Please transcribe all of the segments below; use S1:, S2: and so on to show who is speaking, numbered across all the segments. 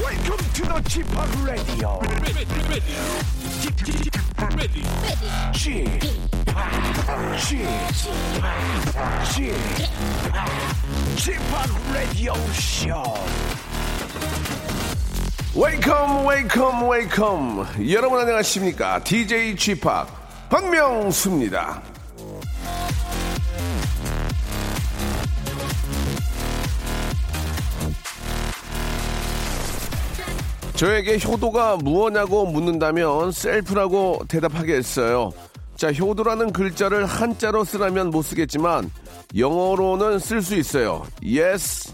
S1: Welcome to the g p o p Radio.
S2: ready, ready, ready,
S1: g p o p g p o p g p o p Radio Show.
S3: 웨이컴 웨이컴 웨이컴 여러분 안녕하십니까 DJ g p o p 박명수입니다 저에게 효도가 무엇냐고 묻는다면 셀프라고 대답하겠어요 자 효도라는 글자를 한자로 쓰라면 못 쓰겠지만 영어로는 쓸 수 있어요 Yes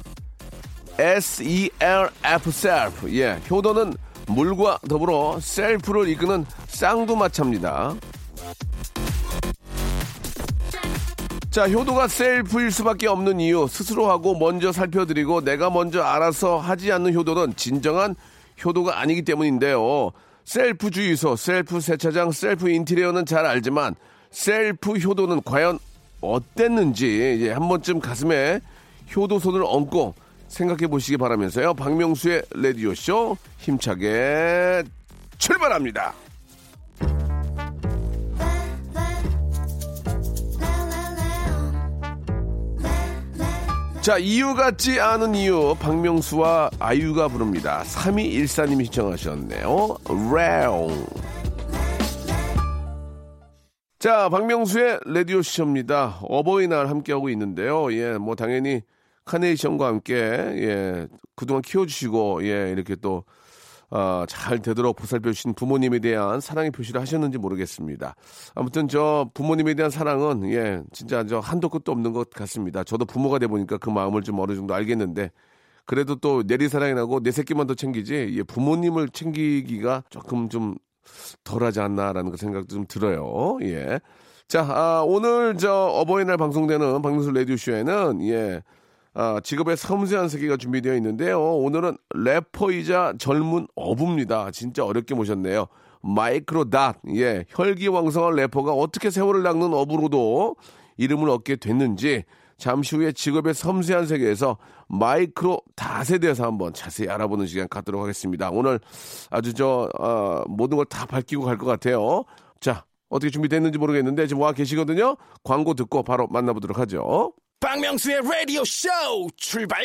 S3: S-E-L-F, self. 예, 효도는 물과 더불어 셀프를 이끄는 쌍두마차입니다. 자, 효도가 셀프일 수밖에 없는 이유, 스스로하고 먼저 살펴드리고 내가 먼저 알아서 하지 않는 효도는 진정한 효도가 아니기 때문인데요. 셀프 주유소, 셀프 세차장, 셀프 인테리어는 잘 알지만 셀프 효도는 과연 어땠는지 예, 한 번쯤 가슴에 효도손을 얹고 생각해 보시기 바라면서요. 박명수의 라디오쇼 힘차게 출발합니다. 자, 이유 같지 않은 이유, 박명수와 아이유가 부릅니다. 3214님이 신청하셨네요. 레옹. 자, 박명수의 라디오 시쇼입니다. 어버이날 함께하고 있는데요. 예, 뭐, 당연히 카네이션과 함께, 예, 그동안 키워주시고, 예, 이렇게 또, 아, 잘 되도록 보살펴 주신 부모님에 대한 사랑의 표시를 하셨는지 모르겠습니다. 아무튼 저 부모님에 대한 사랑은 예 진짜 저 한도 끝도 없는 것 같습니다. 저도 부모가 돼 보니까 그 마음을 좀 어느 정도 알겠는데 그래도 또 내리 사랑이 나고 내 새끼만 더 챙기지 예, 부모님을 챙기기가 조금 좀 덜하지 않나라는 그 생각도 좀 들어요. 예. 자, 아, 오늘 저 어버이날 방송되는 박명수 라디오 쇼에는 예. 아, 직업의 섬세한 세계가 준비되어 있는데요. 오늘은 래퍼이자 젊은 어부입니다. 진짜 어렵게 모셨네요. 마이크로닷, 예, 혈기왕성한 래퍼가 어떻게 세월을 낚는 어부로도 이름을 얻게 됐는지 잠시 후에 직업의 섬세한 세계에서 마이크로닷에 대해서 한번 자세히 알아보는 시간 갖도록 하겠습니다. 오늘 아주 저 어, 모든 걸 다 밝히고 갈 것 같아요. 자, 어떻게 준비됐는지 모르겠는데 지금 와 계시거든요. 광고 듣고 바로 만나보도록 하죠.
S1: 박명수의 라디오 쇼 출발.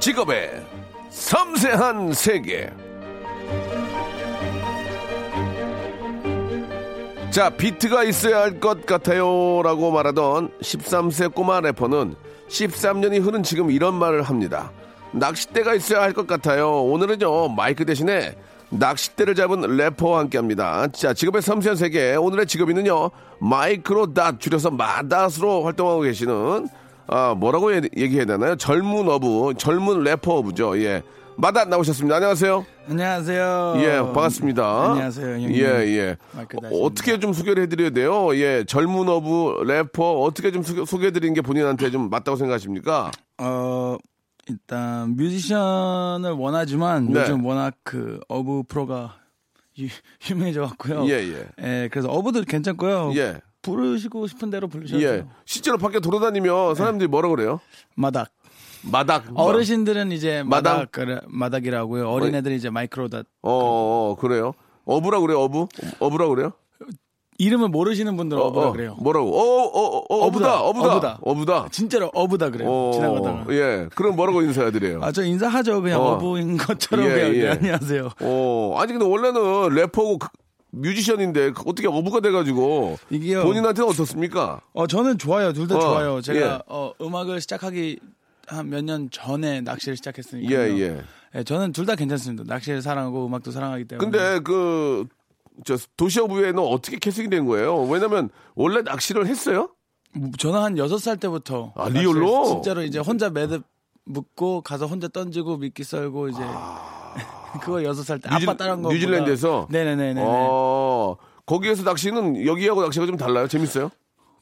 S3: 직업의 섬세한 세계. 자, 비트가 있어야 할 것 같아요. 라고 말하던 13세 꼬마 래퍼는 13년이 흐른 지금 이런 말을 합니다. 낚싯대가 있어야 할 것 같아요. 오늘은요, 마이크 대신에 낚싯대를 잡은 래퍼와 함께 합니다. 자, 직업의 섬세한 세계. 오늘의 직업인은요, 마이크로 닷, 줄여서 마닷으로 활동하고 계시는, 아, 뭐라고 얘- 얘기해야 되나요? 젊은 어부, 젊은 래퍼 어부죠. 예. 마닷 나오셨습니다. 안녕하세요.
S4: 안녕하세요.
S3: 예, 반갑습니다.
S4: 어, 안녕하세요, 형님.
S3: 예, 예.
S4: 마이크
S3: 어,
S4: 다십니다.
S3: 어떻게 좀 소개를 해드려야 돼요? 예, 젊은 어부 래퍼 어떻게 좀 소개, 소개해드리는 게 본인한테 좀 맞다고 생각하십니까?
S4: 어, 일단 뮤지션을 원하지만
S3: 네.
S4: 요즘 워낙 그 어부 프로가 유, 유명해져 갖고요.
S3: 예, 예.
S4: 예, 그래서 어부도 괜찮고요.
S3: 예.
S4: 부르시고 싶은 대로 부르셔도
S3: 예. 실제로 밖에 돌아다니면 사람들이 뭐라 그래요?
S4: 마닥.
S3: 마닥.
S4: 어르신들은 이제
S3: 마당?
S4: 마닥 그래, 마닥이라고요. 어린애들은 이제 마이크로다.
S3: 어, 어, 어, 그래요? 어부라 그래요? 어부? 어부라 그래요?
S4: 이름을 모르시는 분들은
S3: 어,
S4: 어부라
S3: 어,
S4: 그래요.
S3: 뭐라고? 어, 어, 어, 어, 어부다, 어부다,
S4: 어부다.
S3: 어부다.
S4: 진짜로 어부다 그래요.
S3: 어,
S4: 지나가다가.
S3: 예. 그럼 뭐라고 인사해드려요?
S4: 아, 저 인사하죠. 그냥
S3: 어.
S4: 어. 부인 것처럼
S3: 예,
S4: 그냥 네,
S3: 예.
S4: 안녕하세요.
S3: 어, 아니 근데 원래는 래퍼고 그- 뮤지션인데 그- 어떻게 어부가 돼가지고
S4: 이게요.
S3: 본인한테는 어떻습니까?
S4: 어 저는 좋아요. 둘 다
S3: 어,
S4: 좋아요. 제가
S3: 예.
S4: 어, 음악을 시작하기 한 몇 년 전에 낚시를 시작했으니까.
S3: 예, 예.
S4: 저는 둘 다 괜찮습니다. 낚시를 사랑하고 음악도 사랑하기 때문에.
S3: 근데 그 저 도시어부에는 어떻게 캐스팅 된 거예요? 왜냐면 원래 낚시를 했어요?
S4: 뭐, 저는 한 여섯 살 때부터
S3: 아,
S4: 낚시를
S3: 리얼로?
S4: 진짜로 이제 혼자 매듭 묶고 가서 혼자 던지고 미끼 썰고 이제 그거 여섯 살 때
S3: 아. 뉴질-
S4: 아빠 따라한 거
S3: 뉴질랜드에서?
S4: 네네네네
S3: 어 거기에서 낚시는 여기하고 낚시가 좀 달라요? 재밌어요?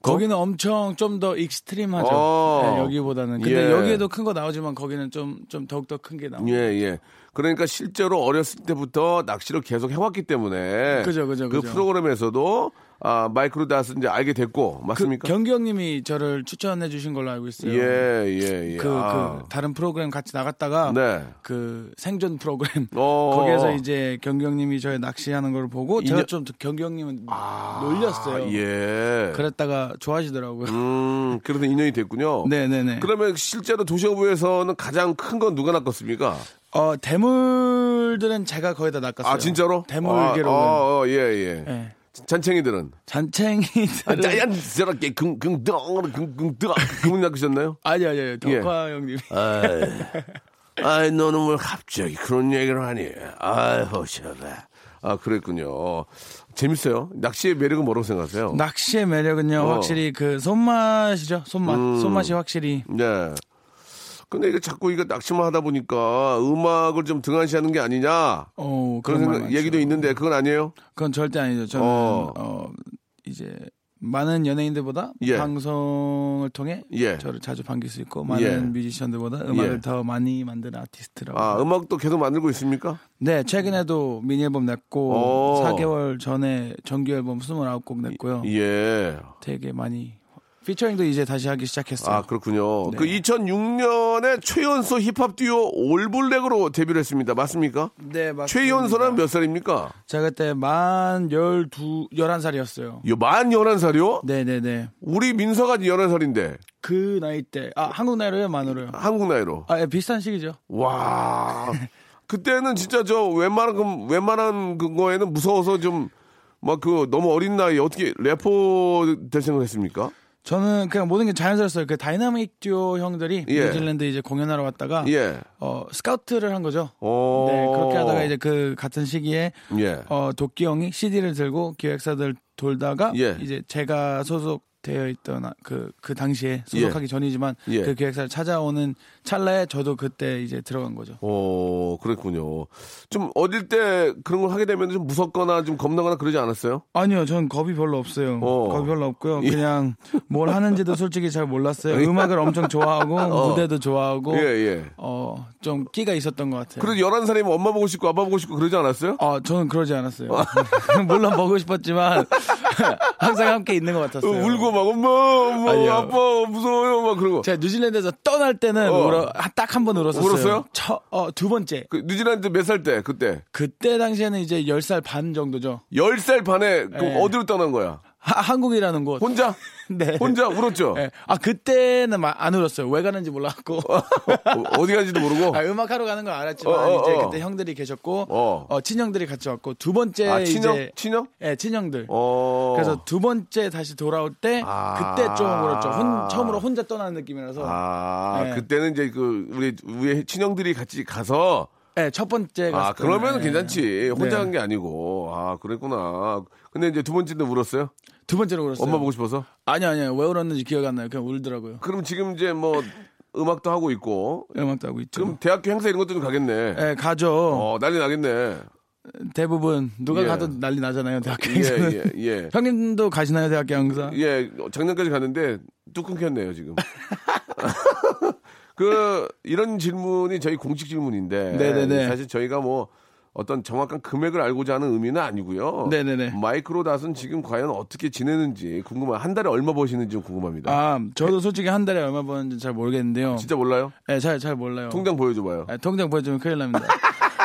S4: 거기는 엄청 좀 더 익스트림하죠.
S3: 어.
S4: 네, 여기보다는. 근데
S3: 예.
S4: 여기에도 큰 거 나오지만 거기는 좀, 좀 더욱더 큰 게 나오고.
S3: 예, 예. 그러니까 실제로 어렸을 때부터 낚시를 계속 해왔기 때문에
S4: 그죠, 그죠,
S3: 그
S4: 그죠.
S3: 프로그램에서도 아, 마이크로 다스 이제 알게 됐고 맞습니까?
S4: 그 경기 형님이 저를 추천해 주신 걸로 알고 있어요.
S3: 예, 예, 예.
S4: 그,
S3: 아.
S4: 그 다른 프로그램 아, 같이 나갔다가
S3: 네.
S4: 그 생존 프로그램
S3: 어.
S4: 거기에서 이제 경기 형님이 저의 낚시하는 걸 보고 제가
S3: 인연-
S4: 좀 경기 형님은
S3: 아,
S4: 놀렸어요.
S3: 예.
S4: 그랬다가 좋아하시더라고요.
S3: 음, 그래서 인연이 됐군요.
S4: 네네네.
S3: 음. 그러면 실제로 도시어부에서는 가장 큰 건 누가 낚았습니까?
S4: 어 대물들은 제가 거의 다 낚았어요.
S3: 아, 진짜로?
S4: 대물개로.
S3: 아, 어, 어, 예, 예.
S4: 예.
S3: 잔챙이들은. 아,
S4: 잔챙이들은
S3: 짜얀, 저렇게, 긍, 긍덩, 긍, 긍덩. 그분 낚으셨나요?
S4: 아니 아니 아니 덕화
S3: 예.
S4: 형님이
S3: 어. 아이, 아이, 너는 왜 갑자기 그런 얘기를 하니? 아이, 허셔라. 아, 그랬군요. 재밌어요. 낚시의 매력은 뭐라고 생각하세요?
S4: 낚시의 매력은요
S3: 어.
S4: 확실히 그 손맛이죠 손맛
S3: 음.
S4: 손맛이 확실히
S3: 네. 근데 이게 자꾸 이거 낚시만 하다 보니까 음악을 좀 등한시하는 게 아니냐?
S4: 어
S3: 그런
S4: 그런 말
S3: 생각,
S4: 많죠.
S3: 얘기도 있는데 그건 아니에요?
S4: 그건 절대 아니죠 저는
S3: 어.
S4: 어, 이제 많은 연예인들보다
S3: 예.
S4: 방송을 통해
S3: 예.
S4: 저를 자주 반길 수 있고 많은
S3: 예.
S4: 뮤지션들보다 음악을
S3: 예.
S4: 더 많이 만든 아티스트라고
S3: 아, 음악도 계속 만들고 있습니까?
S4: 네, 최근에도 미니 앨범 냈고
S3: 오.
S4: 4개월 전에 정규 앨범 29곡 냈고요.
S3: 예.
S4: 되게 많이 피처링도 이제 다시 하기 시작했어요.
S3: 아, 그렇군요.
S4: 네.
S3: 그 2006년에 최연소 힙합 듀오 올블랙으로 데뷔를 했습니다. 맞습니까?
S4: 네, 맞습니다.
S3: 최연소는 몇 살입니까?
S4: 제가 그때 만 12, 11살이었어요.
S3: 요, 만 11살이요?
S4: 네, 네, 네.
S3: 우리 민서가 11살인데,
S4: 그 나이 때 아, 한국 나이로요, 만으로요.
S3: 한국 나이로.
S4: 아, 예, 비슷한 시기죠.
S3: 와. 그때는 진짜 저 웬만한, 그- 웬만한 그거에는 무서워서 좀, 막 그 너무 어린 나이에 어떻게 래퍼 될 생각을 했습니까?
S4: 저는 그냥 모든 게 자연스러웠어요. 그 다이나믹 듀오 형들이
S3: 예.
S4: 뉴질랜드 이제 공연하러 왔다가
S3: 예.
S4: 어, 스카우트를 한 거죠.
S3: 오.
S4: 네, 그렇게 하다가 이제 그 같은 시기에
S3: 예.
S4: 어, 도끼 형이 CD를 들고 기획사들 돌다가
S3: 예.
S4: 이제 제가 소속되어 있던 아- 그, 그 당시에 소속하기 전이지만
S3: 예.
S4: 그 기획사를 찾아오는 찰나에 저도 그때 이제 들어간 거죠.
S3: 오, 그랬군요. 좀 어릴 때 그런 걸 하게 되면 좀 무섭거나 좀 겁나거나 그러지 않았어요?
S4: 아니요, 전 겁이 별로 없어요.
S3: 어.
S4: 겁이 별로 없고요.
S3: 예.
S4: 그냥 뭘 하는지도 솔직히 잘 몰랐어요. 음악을 엄청 좋아하고 무대도 좋아하고
S3: 예, 예.
S4: 어, 좀 끼가 있었던 것 같아요.
S3: 그래도 11살이면 엄마 보고 싶고 아빠 보고 싶고 그러지 않았어요?
S4: 아, 저는 그러지 않았어요. 물론 보고 싶었지만 항상 함께 있는 것
S3: 어,
S4: 같았어요.
S3: 울고 막 엄마, 엄마,
S4: 아니요.
S3: 아빠 무서워요 막 그러고.
S4: 제가 뉴질랜드에서 떠날 때는
S3: 어.
S4: 딱 한 번 울었었어요.
S3: 울었어요?
S4: 처- 어, 두 번째.
S3: 그 뉴질랜드 몇 살 때? 그때.
S4: 그때 당시에는 이제 10살 반 정도죠.
S3: 10살 반에 그럼
S4: 예.
S3: 어디로 떠난 거야?
S4: 하- 한국이라는 곳.
S3: 혼자?
S4: 네.
S3: 혼자 울었죠?
S4: 네. 아, 그때는 마- 안 울었어요. 왜 가는지 몰랐고.
S3: 어, 디 간지도 모르고.
S4: 아, 음악하러 가는 건 알았지만
S3: 어, 어,
S4: 이제
S3: 어.
S4: 그때 형들이 계셨고
S3: 어.
S4: 어, 친형들이 같이 왔고 두 번째
S3: 아, 친형?
S4: 이제
S3: 친형?
S4: 예, 친형들.
S3: 어.
S4: 그래서 두 번째 다시 돌아올 때
S3: 아.
S4: 그때 좀 울었죠. 혼- 처음으로 혼자 떠나는 느낌이라서.
S3: 아,
S4: 네.
S3: 그때는 이제 그 우리 우리 친형들이 같이 가서
S4: 예, 첫 번째 갔을
S3: 아, 그러면
S4: 때는, 예.
S3: 괜찮지. 혼자
S4: 네.
S3: 간 게 아니고. 아, 그랬구나. 근데 이제 두 번째는 울었어요?
S4: 두 번째로 울었어요.
S3: 엄마 보고 싶어서?
S4: 아니 아니요 왜 울었는지 기억 안 나요 그냥 울더라고요
S3: 그럼 지금 이제 뭐 음악도 하고 있고.
S4: 음악도 하고 있죠
S3: 그럼 대학교 행사 이런 것도 좀 가겠네.
S4: 예 가죠
S3: 어, 난리 나겠네.
S4: 대부분 누가
S3: 예.
S4: 가도 난리 나잖아요 대학교
S3: 예,
S4: 행사는
S3: 예, 예.
S4: 형님도 가시나요 대학교 행사
S3: 예, 어, 작년까지 갔는데 뚝 끊겼네요, 지금. 그 이런 질문이 저희 공식 질문인데
S4: 네네네.
S3: 사실 저희가 뭐 어떤 정확한 금액을 알고자 하는 의미는 아니고요.
S4: 네네네.
S3: 마이크로닷은 지금 과연 어떻게 지내는지 궁금한 한 달에 얼마 버시는지 좀 궁금합니다.
S4: 아 저도 솔직히 한 달에 얼마 버는지 잘 모르겠는데요
S3: 진짜 몰라요?
S4: 예잘잘 몰라요
S3: 통장 보여줘 봐요.
S4: 예, 통장 보여주면 큰일 납니다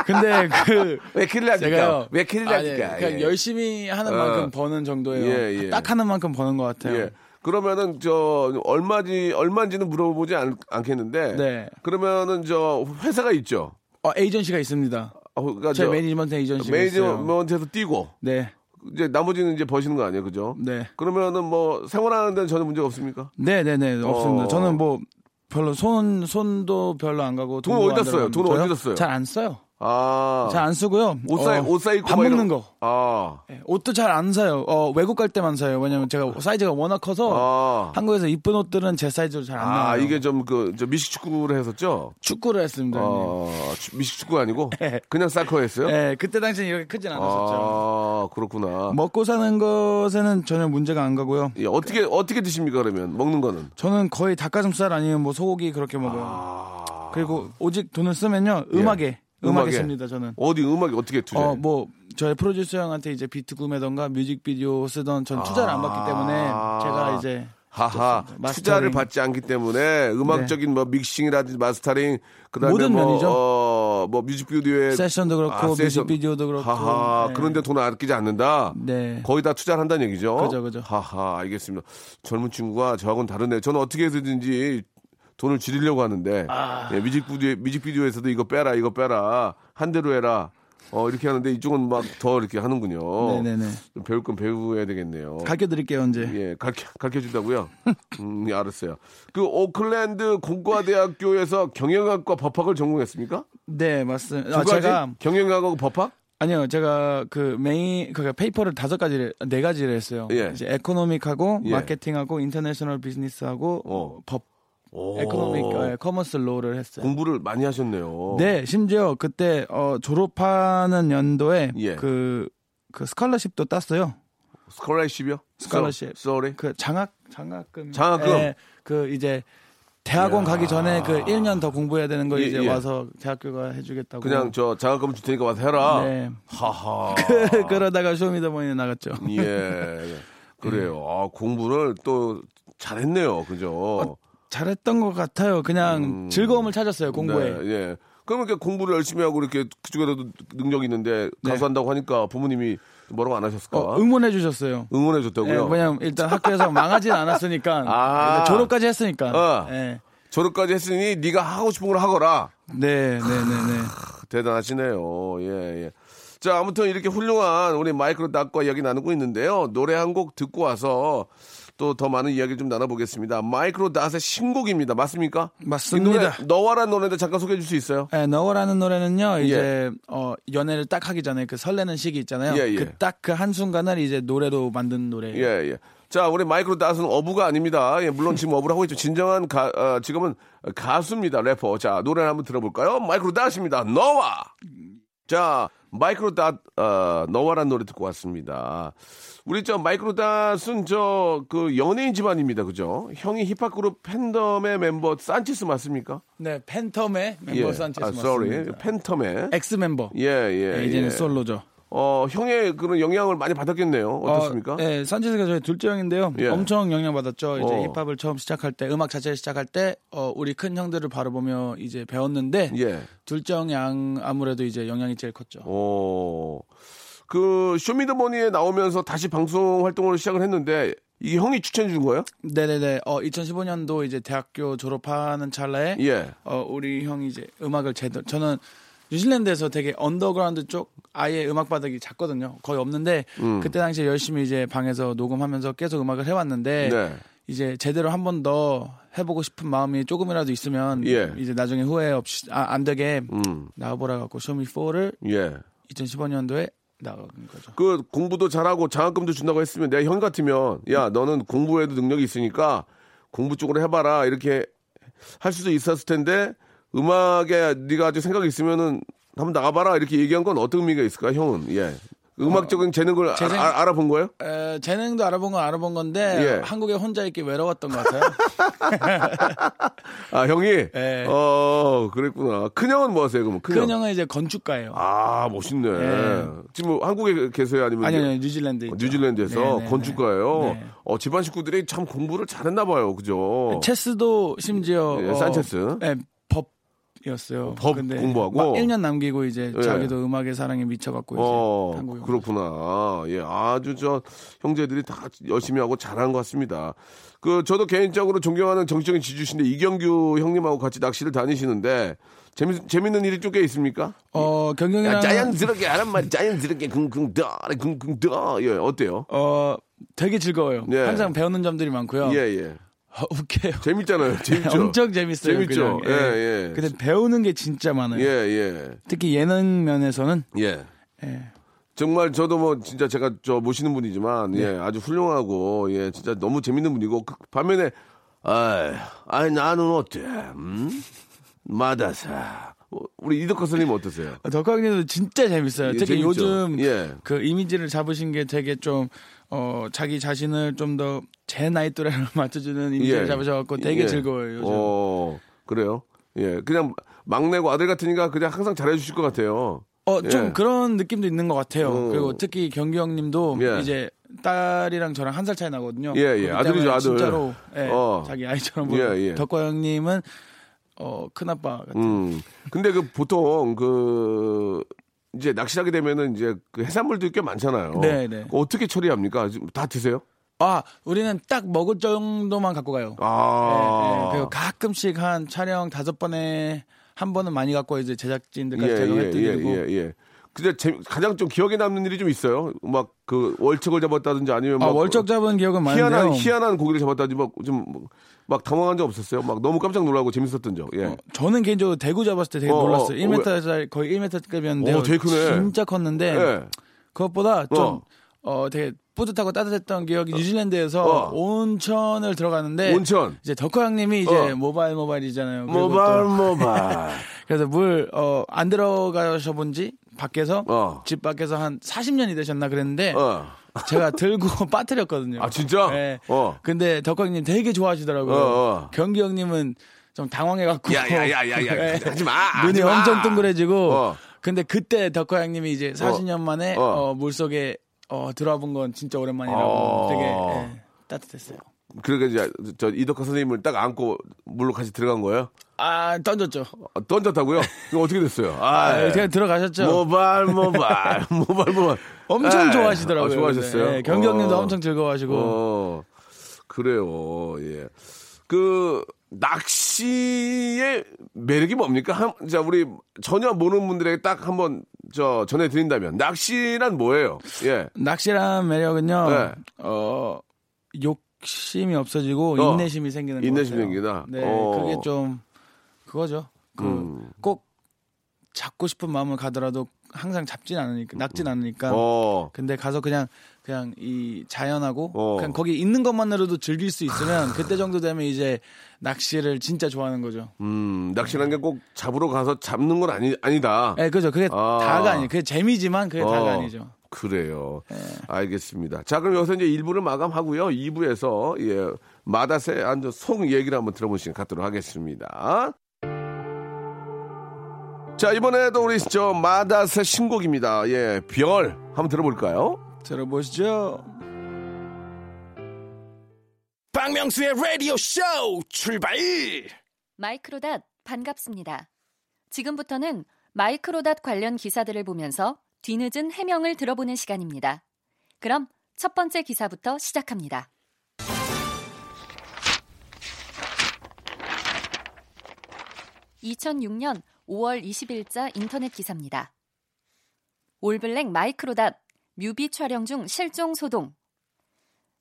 S4: 근데 그
S3: 왜 키를
S4: 제가요
S3: 하니까? 그러니까 왜 키를
S4: 아니,
S3: 하니까?
S4: 그냥
S3: 예.
S4: 열심히 하는
S3: 어.
S4: 만큼 버는 정도예요
S3: 예, 예.
S4: 딱 하는 만큼 버는 것 같아요
S3: 예. 그러면은 저 얼마지 얼마인지는 물어보지 않, 않겠는데
S4: 네.
S3: 그러면은 저 회사가 있죠.
S4: 어 에이전시가 있습니다
S3: 아, 그러니까
S4: 제
S3: 저-
S4: 매니지먼트 에이전시가 있어요
S3: 매니지먼트에서 뭐 뛰고
S4: 네
S3: 이제 나머지는 이제 버시는 거 아니에요, 그죠?
S4: 네.
S3: 그러면은 뭐 생활하는 데는 전혀 문제가 없습니까?
S4: 네네네 없습니다.
S3: 어.
S4: 저는 뭐 별로 손 손도 별로 안 가고
S3: 돈
S4: 돈도
S3: 어디다
S4: 안
S3: 써요? 돈
S4: 들어가고
S3: 어디다 써요?
S4: 잘 안 써요.
S3: 아,
S4: 잘 안 쓰고요.
S3: 옷 사,
S4: 어,
S3: 옷 사입고
S4: 밥
S3: 막 이런
S4: 먹는 거.
S3: 아,
S4: 예, 옷도 잘 안 사요. 어, 외국 갈 때만 사요. 왜냐면 제가 사이즈가 워낙 커서
S3: 아,
S4: 한국에서 이쁜 옷들은 제 사이즈로 잘 어. 안
S3: 아
S4: 나와요.
S3: 이게 좀 그 저 미식축구를 했었죠?
S4: 축구를 했습니다. 형님. 네.
S3: 어, 미식축구 아니고 아, 그냥 사커 했어요?
S4: 예, 그때 당시엔 이렇게 크진 않았었죠.
S3: 아, 아, 그렇구나.
S4: 먹고 사는 것에는 전혀 문제가 안 가고요.
S3: 예, 어떻게 어떻게 드십니까 그러면 먹는 거는?
S4: 저는 거의 닭가슴살 아니면 뭐 소고기 그렇게 먹어요. 그리고 오직 돈을 쓰면요 음악에
S3: 아. 예. 음악에.
S4: 음악에 씁니다 저는.
S3: 어디 음악이 어떻게 투자해?
S4: 어 뭐 저의 프로듀서 형한테 이제 비트 구매던가 뮤직비디오 쓰던 전 투자를 안
S3: 아.
S4: 받기 때문에 제가 이제
S3: 하하
S4: 마스터링. 네.
S3: 투자를 받지 않기 때문에 음악적인 뭐 믹싱이라든지 마스터링 그다음에
S4: 모든
S3: 뭐,
S4: 면이죠.
S3: 어, 뭐 뮤직비디오에
S4: 세션도 그렇고, 뮤직비디오도 그렇고.
S3: 아, 하하
S4: 네.
S3: 그런데 돈을 아끼지 않는다.
S4: 네.
S3: 거의 다 투자를 한다는 얘기죠.
S4: 그죠, 그죠.
S3: 하하 알겠습니다. 젊은 친구가 저하고는 다르네. 저는 어떻게 해서든지 돈을 줄이려고 하는데
S4: 아.
S3: 예, 뮤직비디오 뮤직비디오에서도 이거 빼라 이거 빼라 한 대로 해라. 어 이렇게 하는데 이쪽은 막 더 이렇게 하는군요.
S4: 네네네.
S3: 좀 배울 건 배워야 되겠네요.
S4: 가르쳐 드릴게요 언제.
S3: 예, 가르쳐, 가르쳐 준다고요? 음, 예, 알았어요. 그 오클랜드 공과대학교에서 경영학과 법학을 전공했습니까?
S4: 네 맞습니다.
S3: 두
S4: 아,
S3: 가지?
S4: 제가
S3: 경영학하고 법학?
S4: 아니요, 제가 그 메인 그러니까 페이퍼를 다섯 가지를 네 가지를 했어요.
S3: 예.
S4: 이제 에코노믹하고
S3: 예.
S4: 마케팅하고 인터내셔널 비즈니스하고
S3: 어.
S4: 법
S3: 오.
S4: 에코노믹 어, 커머스 로우를 했어요.
S3: 공부를 많이 하셨네요.
S4: 네, 심지어 그때 어, 졸업하는 연도에
S3: 예.
S4: 그, 그 스칼러십도 땄어요.
S3: 스컬러십이요?
S4: 스컬러십.
S3: 쏘리.
S4: 그 장학 장학금.
S3: 장학금?
S4: 예, 그 이제 대학원 가기 전에 그 1년 더 공부해야 되는 걸
S3: 예,
S4: 이제
S3: 예.
S4: 와서 대학교가 해주겠다고.
S3: 그냥 저 장학금 줄 테니까 와서 해라.
S4: 음. 네.
S3: 하하.
S4: 그러다가 쇼미더머니 나갔죠.
S3: 예. 예. 그래요.
S4: 음.
S3: 아, 공부를 또 잘했네요. 그죠?
S4: 잘했던 것 같아요. 그냥 즐거움을 찾았어요 아, 공부에.
S3: 음. 네, 예. 그러면 이렇게 공부를 열심히 하고 이렇게 그쪽에도 능력이 있는데 가수 한다고 하니까 부모님이 뭐라고 안 하셨을까?
S4: 네. 어, 응원해 주셨어요. 예,
S3: 응원해 줬다고요.
S4: 왜냐면 일단 학교에서 망하진 않았으니까
S3: 아.
S4: 일단 졸업까지 했으니까.
S3: 어.
S4: 예.
S3: 졸업까지 했으니 네가 하고 싶은 걸 하거라.
S4: 네, 네, 네, 네.
S3: 대단하시네요. 예, 예. 자, 아무튼 이렇게 훌륭한 우리 마이클 닥과 이야기 나누고 있는데요. 노래 한 곡 듣고 와서 또 더 많은 이야기를 좀 나눠보겠습니다. 마이클 닥의 신곡입니다. 맞습니까?
S4: 맞습니다.
S3: 이 노래, 너와란 노래인데 잠깐 소개해 줄 수 있어요?
S4: 예, 너라는
S3: 예.
S4: 노래는요 이제 어, 연애를 딱 하기 전에 그 설레는 시기 있잖아요.
S3: 예, 예.
S4: 그 딱 그 한 순간을 이제 노래로 만든 노래.
S3: 예, 예. 자, 우리 마이클 닥은 어부가 아닙니다. 예, 물론 지금 어부를 하고 있죠. 진정한 가, 어, 지금은 가수입니다. 래퍼. 자, 노래를 한번 들어볼까요? 마이클 닥입니다. 너와! 자, 마이크로 닷, 어, 너와란 노래 듣고 왔습니다. 우리 저 마이크로 닷은 저 그 연예인 집안입니다. 그죠? 형이 힙합그룹 팬덤의 멤버 산치스 맞습니까?
S4: 네, 팬텀의 멤버 산체스
S3: 아, sorry.
S4: 맞습니다.
S3: 팬텀의.
S4: 엑스 멤버.
S3: 예, 예.
S4: 예, 이제는
S3: 예.
S4: 솔로죠.
S3: 어, 형의 그런 영향을 많이 받았겠네요. 어떻습니까?
S4: 어, 네, 산체스가 저희 둘째 형인데요.
S3: 예.
S4: 엄청 영향받았죠. 이제
S3: 어.
S4: 힙합을 처음 시작할 때, 음악 자체를 시작할 때, 어, 우리 큰 형들을 바라보며 이제 배웠는데,
S3: 예.
S4: 둘째 형이 안- 아무래도 이제 영향이 제일 컸죠.
S3: 오. 어. 그 쇼미더머니에 나오면서 다시 방송 활동을 시작을 했는데 이 형이 추천해 준 거예요?
S4: 네네네. 어, 2015년도 이제 대학교 졸업하는 찰나에,
S3: 예.
S4: 어, 우리 형이 이제 음악을 제대로, 저는 뉴질랜드에서 되게 언더그라운드 쪽 아예 음악 바닥이 작거든요. 거의 없는데,
S3: 음.
S4: 그때 당시에 열심히 이제 방에서 녹음하면서 계속 음악을 해왔는데,
S3: 네.
S4: 이제 제대로 한 번 더 해보고 싶은 마음이 조금이라도 있으면
S3: 예.
S4: 이제 나중에 후회 없이 아, 안 되게
S3: 음.
S4: 나와보라 갖고 쇼미 4를
S3: 예.
S4: 2015년도에 나온 거죠.
S3: 그 공부도 잘하고 장학금도 준다고 했으면 내가 형 같으면 야 너는 공부에도 능력이 있으니까 공부 쪽으로 해봐라 이렇게 할 수도 있었을 텐데 음악에 네가 아주 생각이 있으면은 한번 나가봐라 이렇게 얘기한 건 어떤 의미가 있을까 형은 예 음악적인 재능을
S4: 재능-
S3: 알- 알- 알아본 거예요?
S4: 에, 재능도 알아본 건 알아본 건데
S3: 예.
S4: 한국에 혼자 있기 외로웠던 것 같아요.
S3: 아 형이
S4: 예.
S3: 어 그랬구나 큰 형은 뭐 하세요 그러면 큰
S4: 큰
S3: 형?
S4: 형은 이제 건축가예요.
S3: 아 멋있네
S4: 예.
S3: 지금 뭐 한국에 계세요 아니면
S4: 아니요, 아니요, 뉴질랜드. 있죠.
S3: 뉴질랜드에서
S4: 네, 네, 네.
S3: 건축가예요
S4: 네.
S3: 어 집안 식구들이 참 공부를 잘했나 봐요 그죠
S4: 체스도 심지어
S3: 예,
S4: 어,
S3: 산체스.
S4: 예, 법이었어요.
S3: 법 공부하고?
S4: 1년 남기고 이제
S3: 예. 어,
S4: 자기도 음악의 사랑에 미쳐갖고 이제 한국에
S3: 그렇구나. 예, 아주 저 형제들이 다 열심히 하고 잘한 것 같습니다. 그 저도 개인적으로 존경하는 정치적인 지주신데 이경규 형님하고 같이 낚시를 다니시는데 재미 재밌는 일이 좀 꽤 있습니까?
S4: 어
S3: 야,
S4: 경영이랑
S3: 자연스럽게 하란 말, 자연스럽게 쿵쿵 떠, 쿵쿵 떠. 예, 어때요?
S4: 어, 되게 즐거워요.
S3: 예.
S4: 항상 배우는 점들이 많고요.
S3: 예, 예.
S4: 어, 웃겨요.
S3: 재밌잖아요. 재밌죠.
S4: 엄청 재밌어요.
S3: 재밌죠.
S4: 그냥.
S3: 예, 예.
S4: 근데 배우는 게 진짜 많아요.
S3: 예, 예.
S4: 특히 예능 면에서는
S3: 예. 정말 저도 뭐 진짜 제가 저 모시는 분이지만
S4: 네.
S3: 예 아주 훌륭하고 예 진짜 너무 재밌는 분이고 그 반면에 아이 아이 나는 어때 음? 마다사 어, 우리 이덕화 선생님 어떠세요?
S4: 덕광님도 진짜 재밌어요.
S3: 예,
S4: 특히
S3: 재밌죠.
S4: 요즘
S3: 예.
S4: 그 이미지를 잡으신 게 되게 좀 어, 자기 자신을 좀 더 제 나이 또래로 맞춰주는 이미지를 잡으셔갖고 되게
S3: 예.
S4: 즐거워요. 요즘.
S3: 어, 그래요. 예, 그냥 막내고 아들 같으니까 그냥 항상 잘해주실 것 같아요.
S4: 어, 좀
S3: 예.
S4: 그런 느낌도 있는 것 같아요.
S3: 어.
S4: 그리고 특히 경기 형님도
S3: 예.
S4: 이제 딸이랑 저랑 한 살 차이 나거든요.
S3: 예, 예.
S4: 그렇기 때문에
S3: 아들이죠, 아들.
S4: 진짜로 예,
S3: 어.
S4: 자기 아이처럼
S3: 예,
S4: 보고
S3: 예.
S4: 덕과 형님은 어, 큰아빠 같아요.
S3: 음. 근데 그 보통 그 이제 낚시하게 되면은 이제 그 해산물도 꽤 많잖아요.
S4: 네, 네.
S3: 그거 어떻게 처리합니까? 지금 다 드세요?
S4: 아, 우리는 딱 먹을 정도만 갖고 가요.
S3: 아.
S4: 예, 예. 그리고 가끔씩 한 촬영 다섯 번에 한 번은 많이 갖고 이제 제작진들까지 제가
S3: 예, 예,
S4: 해드리고
S3: 예, 예, 예. 근데 재- 가장 좀 기억에 남는 일이 좀 있어요. 막 그 월척을 잡았다든지 아니면
S4: 아,
S3: 막
S4: 월적 잡은 기억은 많은데요.
S3: 희한한 희한한 고기를 잡았다든지 막좀막 당황한 적 없었어요. 막 너무 깜짝 놀라고 재밌었던 적. 예.
S4: 어, 저는 개인적으로 대구 잡았을 때 되게
S3: 어,
S4: 놀랐어요.
S3: 어,
S4: 1m짜리 거의 1m급이었는데
S3: 어, 되게 크네.
S4: 진짜 컸는데
S3: 예.
S4: 그것보다 좀
S3: 어.
S4: 어. 되게 뿌듯하고 따뜻했던 기억이 뉴질랜드에서
S3: 어.
S4: 온천을 들어갔는데
S3: 온천.
S4: 이제 덕화 형님이 이제
S3: 어.
S4: 모바일 모바일이잖아요. 그리고
S3: 모발
S4: 또
S3: 모발.
S4: 그래서 물 어 안 들어가셔본지 밖에서
S3: 어.
S4: 집 밖에서 한 40년이 되셨나 그랬는데
S3: 어.
S4: 제가 들고 빠뜨렸거든요.
S3: 아 진짜?
S4: 네.
S3: 어.
S4: 근데 덕광 형님 되게 좋아하시더라고요.
S3: 어, 어.
S4: 경기 형님은 좀 당황해갖고.
S3: 야야야야야.
S4: 예.
S3: 하지 마.
S4: 눈이
S3: 하지 마.
S4: 엄청 동그래지고.
S3: 어.
S4: 근데 그때 덕광 형님이 이제 40년 만에
S3: 어.
S4: 어, 물속에 어, 들어와 본 건 진짜 오랜만이라고
S3: 어.
S4: 되게 예, 따뜻했어요.
S3: 그러니까 이제 저 이덕화 선생님을 딱 안고 물로 같이 들어간 거예요?
S4: 아, 던졌죠.
S3: 아, 던졌다고요? 이거 어떻게 됐어요?
S4: 아,
S3: 아, 예.
S4: 그냥 들어가셨죠.
S3: 모발 모발 모발 모발.
S4: 엄청
S3: 예.
S4: 좋아하시더라고요.
S3: 아, 좋아하셨어요?
S4: 예, 경기 형님도
S3: 어.
S4: 엄청 즐거워하시고.
S3: 어, 그래요. 예. 그 낚시의 매력이 뭡니까? 한, 자, 우리 전혀 모르는 분들에게 딱 한번 저 전해 드린다면 낚시란 뭐예요? 예.
S4: 낚시란 매력은요.
S3: 네.
S4: 어 욕심이 없어지고
S3: 어,
S4: 인내심이 생기는 거
S3: 인내심이
S4: 같아요.
S3: 생기다?
S4: 네,
S3: 어.
S4: 그게 좀 그거죠. 그
S3: 음.
S4: 꼭 잡고 싶은 마음을 가더라도 항상 잡진 않으니까 낚진 않으니까.
S3: 어.
S4: 근데 가서 그냥 그냥 이 자연하고
S3: 어.
S4: 그냥 거기 있는 것만으로도 즐길 수 있으면 그때 정도 되면 이제 낚시를 진짜 좋아하는 거죠.
S3: 음, 낚시란 게 꼭 잡으러 가서 잡는 건 아니 아니다.
S4: 예, 그죠. 그게
S3: 아.
S4: 다가 아니에요. 그게 재미지만 그게 다가
S3: 어,
S4: 아니죠. 예.
S3: 그래요.
S4: 네.
S3: 알겠습니다. 자, 그럼 여기서 이제 1부를 마감하고요. 2부에서 예, 마다세 안전 송 얘기를 한번 들어보는 시간 갖도록 하겠습니다. 자, 이번에도 우리 저 마다세 신곡입니다. 예, 별 한번 들어볼까요?
S4: 들어보시죠.
S2: 박명수의 라디오 쇼 출발
S5: 마이크로닷 반갑습니다. 지금부터는 마이크로닷 관련 기사들을 보면서 뒤늦은 해명을 들어보는 시간입니다. 그럼 첫 번째 기사부터 시작합니다. (2006년 5월 20일자) 인터넷 기사입니다. 올블랙 마이크로닷 뮤비 촬영 중 실종 소동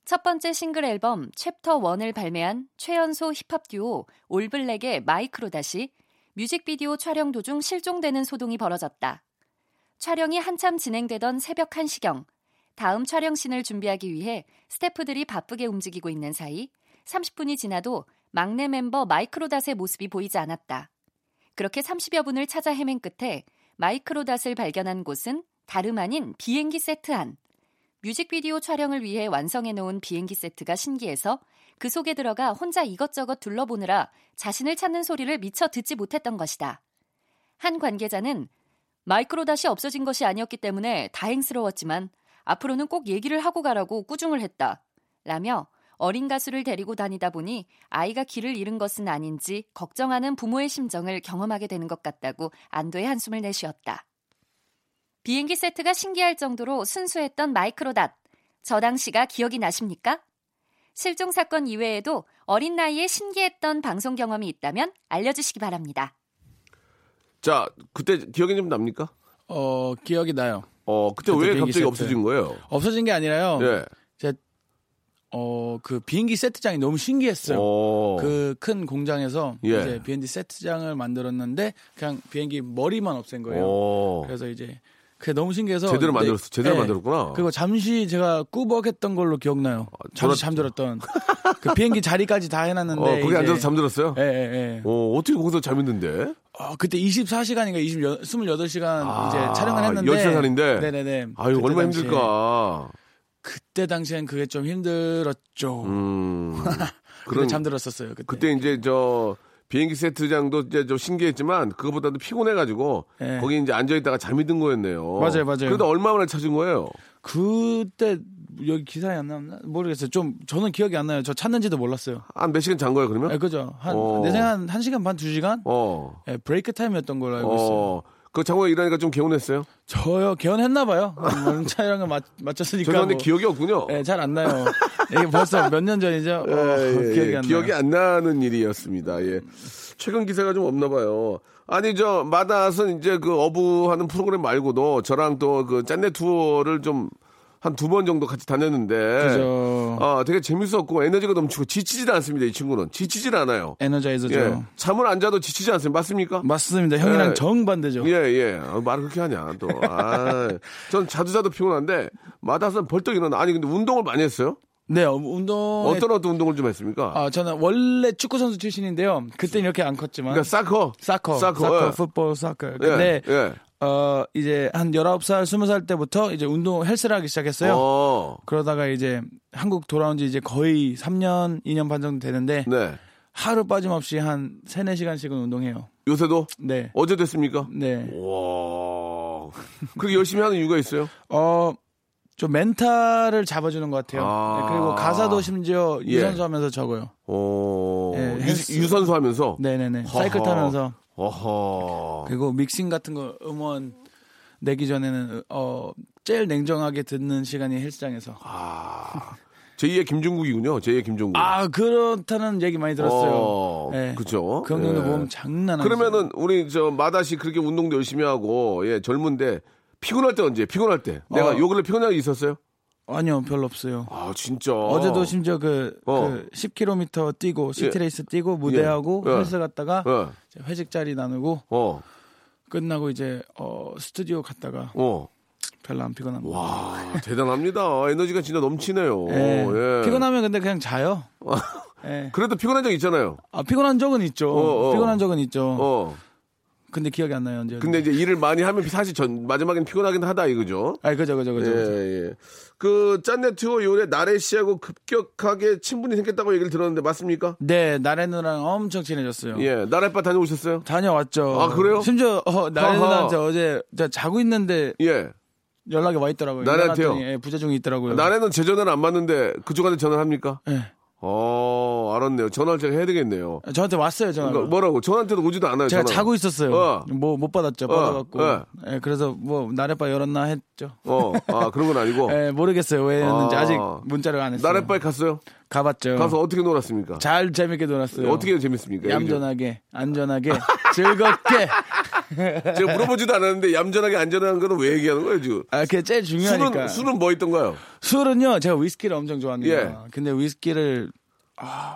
S5: 첫 번째 싱글 앨범 챕터 1을 발매한 최연소 힙합 듀오 올블랙의 마이크로닷이 뮤직비디오 촬영 도중 실종되는 소동이 벌어졌다. 촬영이 한참 진행되던 새벽 1시경 다음 촬영신을 준비하기 위해 스태프들이 바쁘게 움직이고 있는 사이 30분이 지나도 막내 멤버 마이크로닷의 모습이 보이지 않았다. 그렇게 30여 분을 찾아 헤맨 끝에 마이크로닷을 발견한 곳은 다름 아닌 비행기 세트 안. 뮤직비디오 촬영을 위해 완성해 놓은 비행기 세트가 신기해서 그 속에 들어가 혼자 이것저것 둘러보느라 자신을 찾는 소리를 미처 듣지 못했던 것이다. 한 관계자는 마이크로닷이 없어진 것이 아니었기 때문에 다행스러웠지만 앞으로는 꼭 얘기를 하고 가라고 꾸중을 했다. 라며 어린 가수를 데리고 다니다 보니 아이가 길을 잃은 것은 아닌지 걱정하는 부모의 심정을 경험하게 되는 것 같다고 안도의 한숨을 내쉬었다. 비행기 세트가 신기할 정도로 순수했던 마이크로닷. 저 당시가 기억이 나십니까? 실종 사건 이외에도 어린 나이에 신기했던 방송 경험이 있다면 알려주시기 바랍니다.
S3: 자, 그때 기억이 좀 납니까?
S4: 어 기억이 나요.
S3: 어, 그때,
S4: 그때
S3: 왜
S4: 비행기
S3: 갑자기
S4: 세트.
S3: 없어진 거예요?
S4: 없어진 게 아니라요.
S3: 예.
S4: 어, 그 비행기 세트장이 너무 신기했어요.
S3: 어.
S4: 그 큰 공장에서
S3: 예.
S4: 이제 비행기 세트장을 만들었는데 그냥 비행기 머리만 없앤 거예요.
S3: 어.
S4: 그래서 이제 그게 너무 신기해서
S3: 제대로
S4: 근데-
S3: 만들었어. 제대로
S4: 예.
S3: 만들었구나.
S4: 그리고 잠시 제가 꾸벅했던 걸로 기억나요.
S3: 아, 저런-
S4: 잠시 잠들었던 그 비행기 자리까지 다 해놨는데
S3: 어, 거기
S4: 이제-
S3: 앉아서 잠들었어요?
S4: 예, 예, 예.
S3: 어, 어떻게 거기서 잠이 는데
S4: 어, 그때 24시간인가 20, 28시간 이제 촬영을 했는데
S3: 13살인데?
S4: 네네네.
S3: 아, 아유,
S4: 그때
S3: 얼마나
S4: 당시에-
S3: 힘들까.
S4: 그때 당시엔 그게 좀 힘들었죠.
S3: 음.
S4: 그때
S3: 그런,
S4: 잠들었었어요. 그때.
S3: 그때 이제 저 비행기 세트장도 이제 좀 신기했지만 그거보다도 피곤해가지고
S4: 예.
S3: 거기 이제 앉아있다가 잠이 든 거였네요.
S4: 맞아요, 맞아요.
S3: 그래도 얼마 만에 찾은 거예요?
S4: 그때 여기 기사에 안 나왔나 모르겠어요. 좀 저는 기억이 안 나요. 저 찾는지도 몰랐어요.
S3: 한 몇 시간 잔 거예요, 그러면?
S4: 예, 그죠?
S3: 어.
S4: 한내 생각 한 1시간 반, 2시간?
S3: 어.
S4: 예, 브레이크 타임이었던 걸로 알고 있어요. 그러니까
S3: 어. 그 장고에 일하니까 좀 개운했어요?
S4: 저요 개헌했나 봐요. 음, 차이랑은 맞, 맞췄으니까.
S3: 죄송한데
S4: 뭐.
S3: 기억이 없군요.
S4: 예, 잘안 나요. 이게 벌써 몇 년 전이죠? 어,
S3: 예, 예,
S4: 기억이
S3: 예.
S4: 안
S3: 기억이
S4: 나요.
S3: 안 나는 일이었습니다. 예. 최근 기사가 좀 없나 봐요. 아니 저 마다선 이제 그 어부하는 프로그램 말고도 저랑 또 그 짠내 투어를 좀 한 두 번 정도 같이 다녔는데
S4: 그죠.
S3: 아 되게 재밌었고 에너지가 넘치고 지치지도 않습니다 이 친구는 지치질 않아요.
S4: 에너자이저죠.
S3: 예. 잠을 안 자도 지치지 않습니다. 맞습니까?
S4: 맞습니다. 형이랑
S3: 예.
S4: 정반대죠.
S3: 예, 예. 아, 말을 그렇게 하냐, 또. 아, 전 자주 자도 피곤한데, 마다선 벌떡 일어나. 아니, 근데 운동을 많이 했어요?
S4: 네, 어, 운동.
S3: 어떤 어떤 운동을 좀 했습니까?
S4: 아, 저는 원래 축구 선수 출신인데요. 그때 이렇게 안 컸지만.
S3: 그러니까 사커.
S4: 사커,
S3: 사커, 예.
S4: 풋볼, 사커.
S3: 예,
S4: 근데
S3: 예.
S4: 어 이제 한 19살, 20살 때부터 이제 운동 헬스를 하기 시작했어요.
S3: 어,
S4: 그러다가 이제 한국 돌아온 지 이제 거의 3년, 2년 반 정도 되는데
S3: 네.
S4: 하루 빠짐없이 한 3, 4시간씩은 운동해요.
S3: 요새도
S4: 네.
S3: 어제 됐습니까?
S4: 네.
S3: 와. 그렇게 열심히 하는 이유가 있어요?
S4: 어, 좀 멘탈을 잡아주는 것 같아요.
S3: 아.
S4: 네, 그리고 가사도 심지어
S3: 예.
S4: 유선수 하면서 적어요.
S3: 어,
S4: 예, 헬스.
S3: 유, 선수 하면서.
S4: 네네네.
S3: 허허.
S4: 사이클 타면서.
S3: 어허.
S4: 그리고 믹싱 같은 거 음원 내기 전에는 어, 제일 냉정하게 듣는 시간이 헬스장에서.
S3: 아, 제2의 김종국이군요. 제2의 김종국.
S4: 아, 그렇다는 얘기 많이 들었어요.
S3: 어,
S4: 예.
S3: 그죠?
S4: 그 형님도
S3: 예.
S4: 보면 장난 아니죠.
S3: 그러면은 우리 저 마다씨 그렇게 운동도 열심히 하고 예 젊은데 피곤할 때 언제? 피곤할 때 내가
S4: 어.
S3: 요 근래 피곤한 게 있었어요?
S4: 아니요, 별로 없어요.
S3: 아 진짜
S4: 어제도 심지어 그,
S3: 어.
S4: 그 10km 뛰고 시트레이스 뛰고 무대하고
S3: 예.
S4: 헬스 갔다가
S3: 예.
S4: 이제 회식 자리 나누고
S3: 어,
S4: 끝나고 이제 어, 스튜디오 갔다가
S3: 어.
S4: 별로 안 피곤합니다.
S3: 와 대단합니다 에너지가 진짜 넘치네요
S4: 예.
S3: 예.
S4: 피곤하면 근데 그냥 자요. 예.
S3: 그래도 피곤한 적 있잖아요
S4: 아, 피곤한 적은 있죠.
S3: 어, 어.
S4: 피곤한 적은 있죠.
S3: 어
S4: 근데 기억이 안 나요 언제.
S3: 근데 이제 일을 많이 하면 사실 전 마지막엔 피곤하긴 하다 이거죠
S4: 아, 그죠, 그죠, 그죠. 그죠.
S3: 예, 예. 그 짠내 투어 요래 나래 씨하고 급격하게 친분이 생겼다고 얘기를 들었는데 맞습니까?
S4: 네, 나래 누나랑 엄청 친해졌어요.
S3: 예 나래빠 다녀오셨어요?
S4: 다녀왔죠.
S3: 아, 그래요?
S4: 심지어 어, 나래
S3: 아하.
S4: 누나한테 어제 제가 자고 있는데
S3: 예
S4: 연락이 와 있더라고요.
S3: 나래한테요?
S4: 연락했더니, 예, 부재 중에 있더라고요.
S3: 나래는 제 전화를 안 받는데 그쪽한테 전화를 합니까?
S4: 예.
S3: 어, 알았네요. 전화를 제가 해야 되겠네요.
S4: 저한테 왔어요 전화가.
S3: 그러니까 뭐라고? 저한테도 오지도 않아요.
S4: 제가
S3: 전화가.
S4: 자고 있었어요.
S3: 어.
S4: 뭐 못 받았죠.
S3: 어,
S4: 받아갖고.
S3: 예.
S4: 예, 그래서 뭐 나래빠 열었나 했죠.
S3: 어, 아, 그런 건 아니고.
S4: 예, 모르겠어요 왜였는지
S3: 아.
S4: 아. 직 문자를 안 했어요.
S3: 나래빠에 갔어요?
S4: 가봤죠.
S3: 가서 어떻게 놀았습니까?
S4: 잘 재밌게 놀았어요.
S3: 어떻게 재밌습니까?
S4: 네. 얌전하게, 안전하게, 즐겁게.
S3: 얘기 좀. 제가 물어보지도 않았는데 얌전하게 안전한 거는 왜 얘기하는 거예요, 지금?
S4: 아, 그게 제일 중요하니까.
S3: 술은, 술은 뭐 있던가요?
S4: 술은요, 제가 위스키를 엄청 좋아합니다.
S3: 예.
S4: 근데 위스키를 아,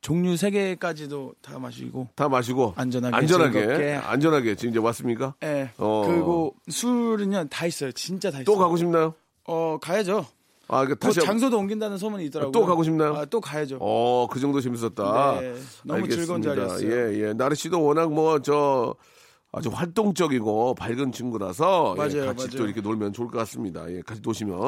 S4: 종류 세 개까지도 다 마시고.
S3: 다 마시고.
S4: 안전하게,
S3: 안전하게.
S4: 즐겁게.
S3: 안전하게. 지금 이제 왔습니까?
S4: 예.
S3: 어.
S4: 그리고 술은요, 다 있어요. 진짜 다 있어요.
S3: 또 가고 싶나요?
S4: 어, 가야죠.
S3: 아, 그
S4: 또
S3: 다시. 한-
S4: 장소도 옮긴다는 소문이 있더라고요.
S3: 또 가고 싶나요?
S4: 아, 또 가야죠.
S3: 어, 그 정도 재밌었다.
S4: 네, 너무 즐거운 자리였어요.
S3: 예, 예. 나래 씨도 워낙 뭐 저 아주 활동적이고 밝은 친구라서 예,
S4: 맞아요,
S3: 같이
S4: 맞아요.
S3: 또 이렇게 놀면 좋을 것 같습니다. 예, 같이 노시면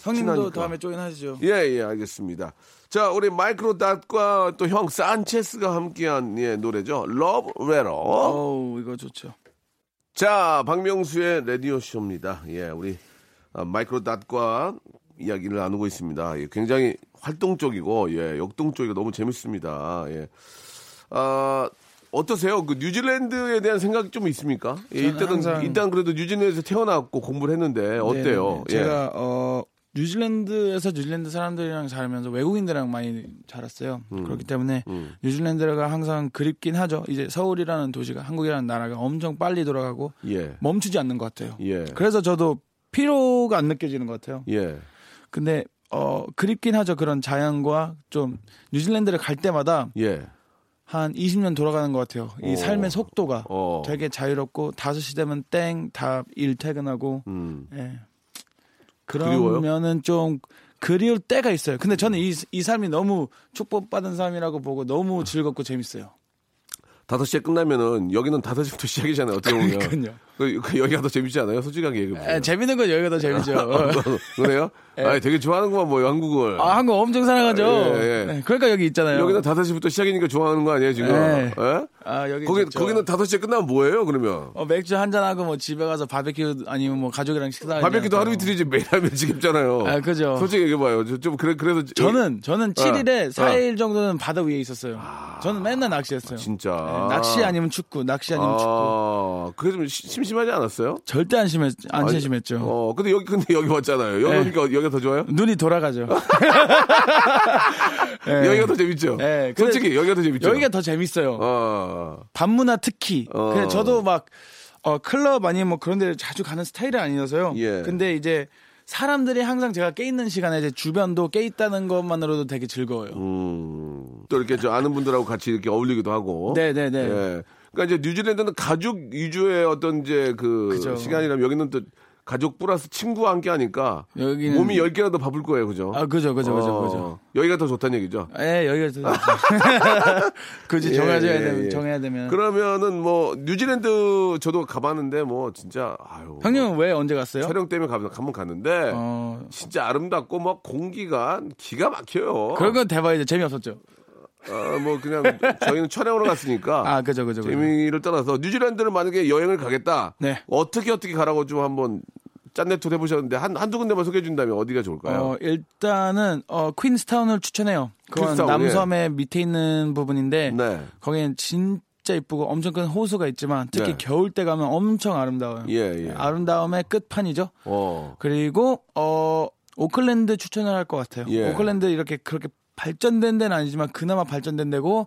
S4: 형님도
S3: 친하니까.
S4: 다음에 조인하시죠.
S3: 예, 예, 알겠습니다. 자, 우리 마이크로닷과 또 형 산체스가 함께한 예, 노래죠. 러브 레러.
S4: 어우, 이거 좋죠.
S3: 자, 박명수의 라디오 쇼입니다. 예, 우리 아, 마이크로닷과 이야기를 나누고 있습니다. 예, 굉장히 활동적이고 예, 역동적이고 너무 재밌습니다. 예. 아, 어떠세요? 그 뉴질랜드에 대한 생각이 좀 있습니까? 예,
S4: 저는
S3: 일단은
S4: 항상-
S3: 일단 그래도 뉴질랜드에서 태어났고 공부를 했는데 어때요? 예.
S4: 네네네. 제가 어 뉴질랜드에서 뉴질랜드 사람들이랑 자면서 외국인들이랑 많이 자랐어요.
S3: 음.
S4: 그렇기 때문에 뉴질랜드가 항상 그립긴 하죠. 이제 서울이라는 도시가 한국이라는 나라가 엄청 빨리 돌아가고
S3: 예. 예.
S4: 멈추지 않는 것 같아요.
S3: 예.
S4: 그래서 저도 피로가 안 느껴지는 것 같아요.
S3: 예.
S4: 근데 어 그립긴 하죠. 그런 자연과 좀 뉴질랜드를 갈 때마다
S3: 예.
S4: 한 20년 돌아가는 것 같아요. 이
S3: 오.
S4: 삶의 속도가
S3: 어.
S4: 되게 자유롭고 5시 되면 땡 다 일 퇴근하고
S3: 음.
S4: 예.
S3: 그리워요?
S4: 그러면은 좀 그리울 때가 있어요. 근데 저는 이, 이 삶이 너무 축복받은 삶이라고 보고 너무 즐겁고 재밌어요.
S3: 5시에 끝나면은 여기는 5시부터 시작이잖아요. 예. 어떻게 보면.
S4: 그러니까요.
S3: 그- 그 여기가 더 재밌지 않아요? 솔직하게
S4: 에,
S3: 얘기해보면. 어,
S4: 재밌는 건 여기가 더
S3: 네.
S4: 재밌죠.
S3: 그래요? 아, 되게 좋아하는구만 뭐 한국을.
S4: 예. 아, 한국 엄청 사랑하죠.
S3: 예, 예.
S4: 네, 그러니까 여기 있잖아요.
S3: 여기는 5시부터 시작이니까 좋아하는 거 아니에요, 지금?
S4: 네.
S3: 예?
S4: 아, 여기
S3: 거기,
S4: 있죠.
S3: 거기는 5시에 끝나면 뭐예요, 그러면?
S4: 어, 맥주 한잔 하고 뭐 집에 가서 바베큐 아니면 뭐 가족이랑 식사
S3: 바베큐도 하루 이틀이지 매일 하면 지겹잖아요.
S4: 아, 그죠.
S3: 솔직히 얘기해봐요. 저- 좀, 그래, 그래서.
S4: 저는 저는 7일에
S3: 어.
S4: 4일 정도는 바다 위에 있었어요. 저는 맨날 낚시했어요.
S3: 아, 진짜.
S4: 네, 낚시 아니면 축구, 낚시 아니면 축구.
S3: 아, 그게 좀 시- 심심하지 않았어요?
S4: 절대 안 심했 안
S3: 아니,
S4: 심심했죠.
S3: 어, 근데 여기, 근데 여기 왔잖아요. 여기
S4: 네.
S3: 오니까 여기가 더 좋아요?
S4: 눈이 돌아가죠. 예.
S3: 여기가 더 재밌죠?
S4: 예, 근데
S3: 솔직히 여기가 더 재밌죠?
S4: 여기가 더 재밌어요.
S3: 어.
S4: 밤문화 특히.
S3: 어.
S4: 그냥 저도 막 어, 클럽 아니면 뭐 그런 데를 자주 가는 스타일이 아니어서요.
S3: 예.
S4: 근데 이제 사람들이 항상 제가 깨 있는 시간에 이제 주변도 깨 있다는 것만으로도 되게 즐거워요.
S3: 음, 또 이렇게 저 아는 분들하고 같이 이렇게 어울리기도 하고.
S4: 네네네.
S3: 예. 그러니까 이제 뉴질랜드는 가족 위주의 어떤 이제 그
S4: 그죠.
S3: 시간이라면 여기는 또 가족 플러스 친구와 함께 하니까
S4: 여기는-
S3: 몸이 열개라도 바쁠 거예요. 그죠?
S4: 아, 그죠, 그죠, 그죠, 그죠.
S3: 어, 여기가 더 좋다는 얘기죠.
S4: 예, 여기가 더. 그지
S3: 예,
S4: 네, 정해줘야
S3: 예,
S4: 되면
S3: 예.
S4: 정해야 되면.
S3: 그러면은 뭐 뉴질랜드 저도 가봤는데 뭐 진짜 아유.
S4: 형님은 왜 언제 갔어요?
S3: 촬영 때문에 가면 한번 갔는데
S4: 어.
S3: 진짜 아름답고 막 공기가 기가 막혀요.
S4: 그런 건 대박이죠. 재미없었죠.
S3: 어, 뭐 그냥 저희는 촬영으로 갔으니까
S4: 아, 그죠, 그죠. 그죠.
S3: 재미를 떠나서 뉴질랜드를 만약에 여행을 가겠다.
S4: 네.
S3: 어떻게 어떻게 가라고 좀 한번 짠내토 해보셨는데 한 한두 군데만 소개해 준다면 어디가 좋을까요?
S4: 어, 일단은 어, 퀸스타운을 추천해요. 그건
S3: 퀸스타운, 예.
S4: 남섬의 밑에 있는 부분인데
S3: 네.
S4: 거기는 진짜 이쁘고 엄청 큰 호수가 있지만 특히
S3: 네.
S4: 겨울 때 가면 엄청 아름다워요.
S3: 예, 예.
S4: 아름다움의 끝판이죠.
S3: 어.
S4: 그리고 어 오클랜드 추천을 할 것 같아요.
S3: 예.
S4: 오클랜드 이렇게 그렇게 발전된 데는 아니지만 그나마 발전된 데고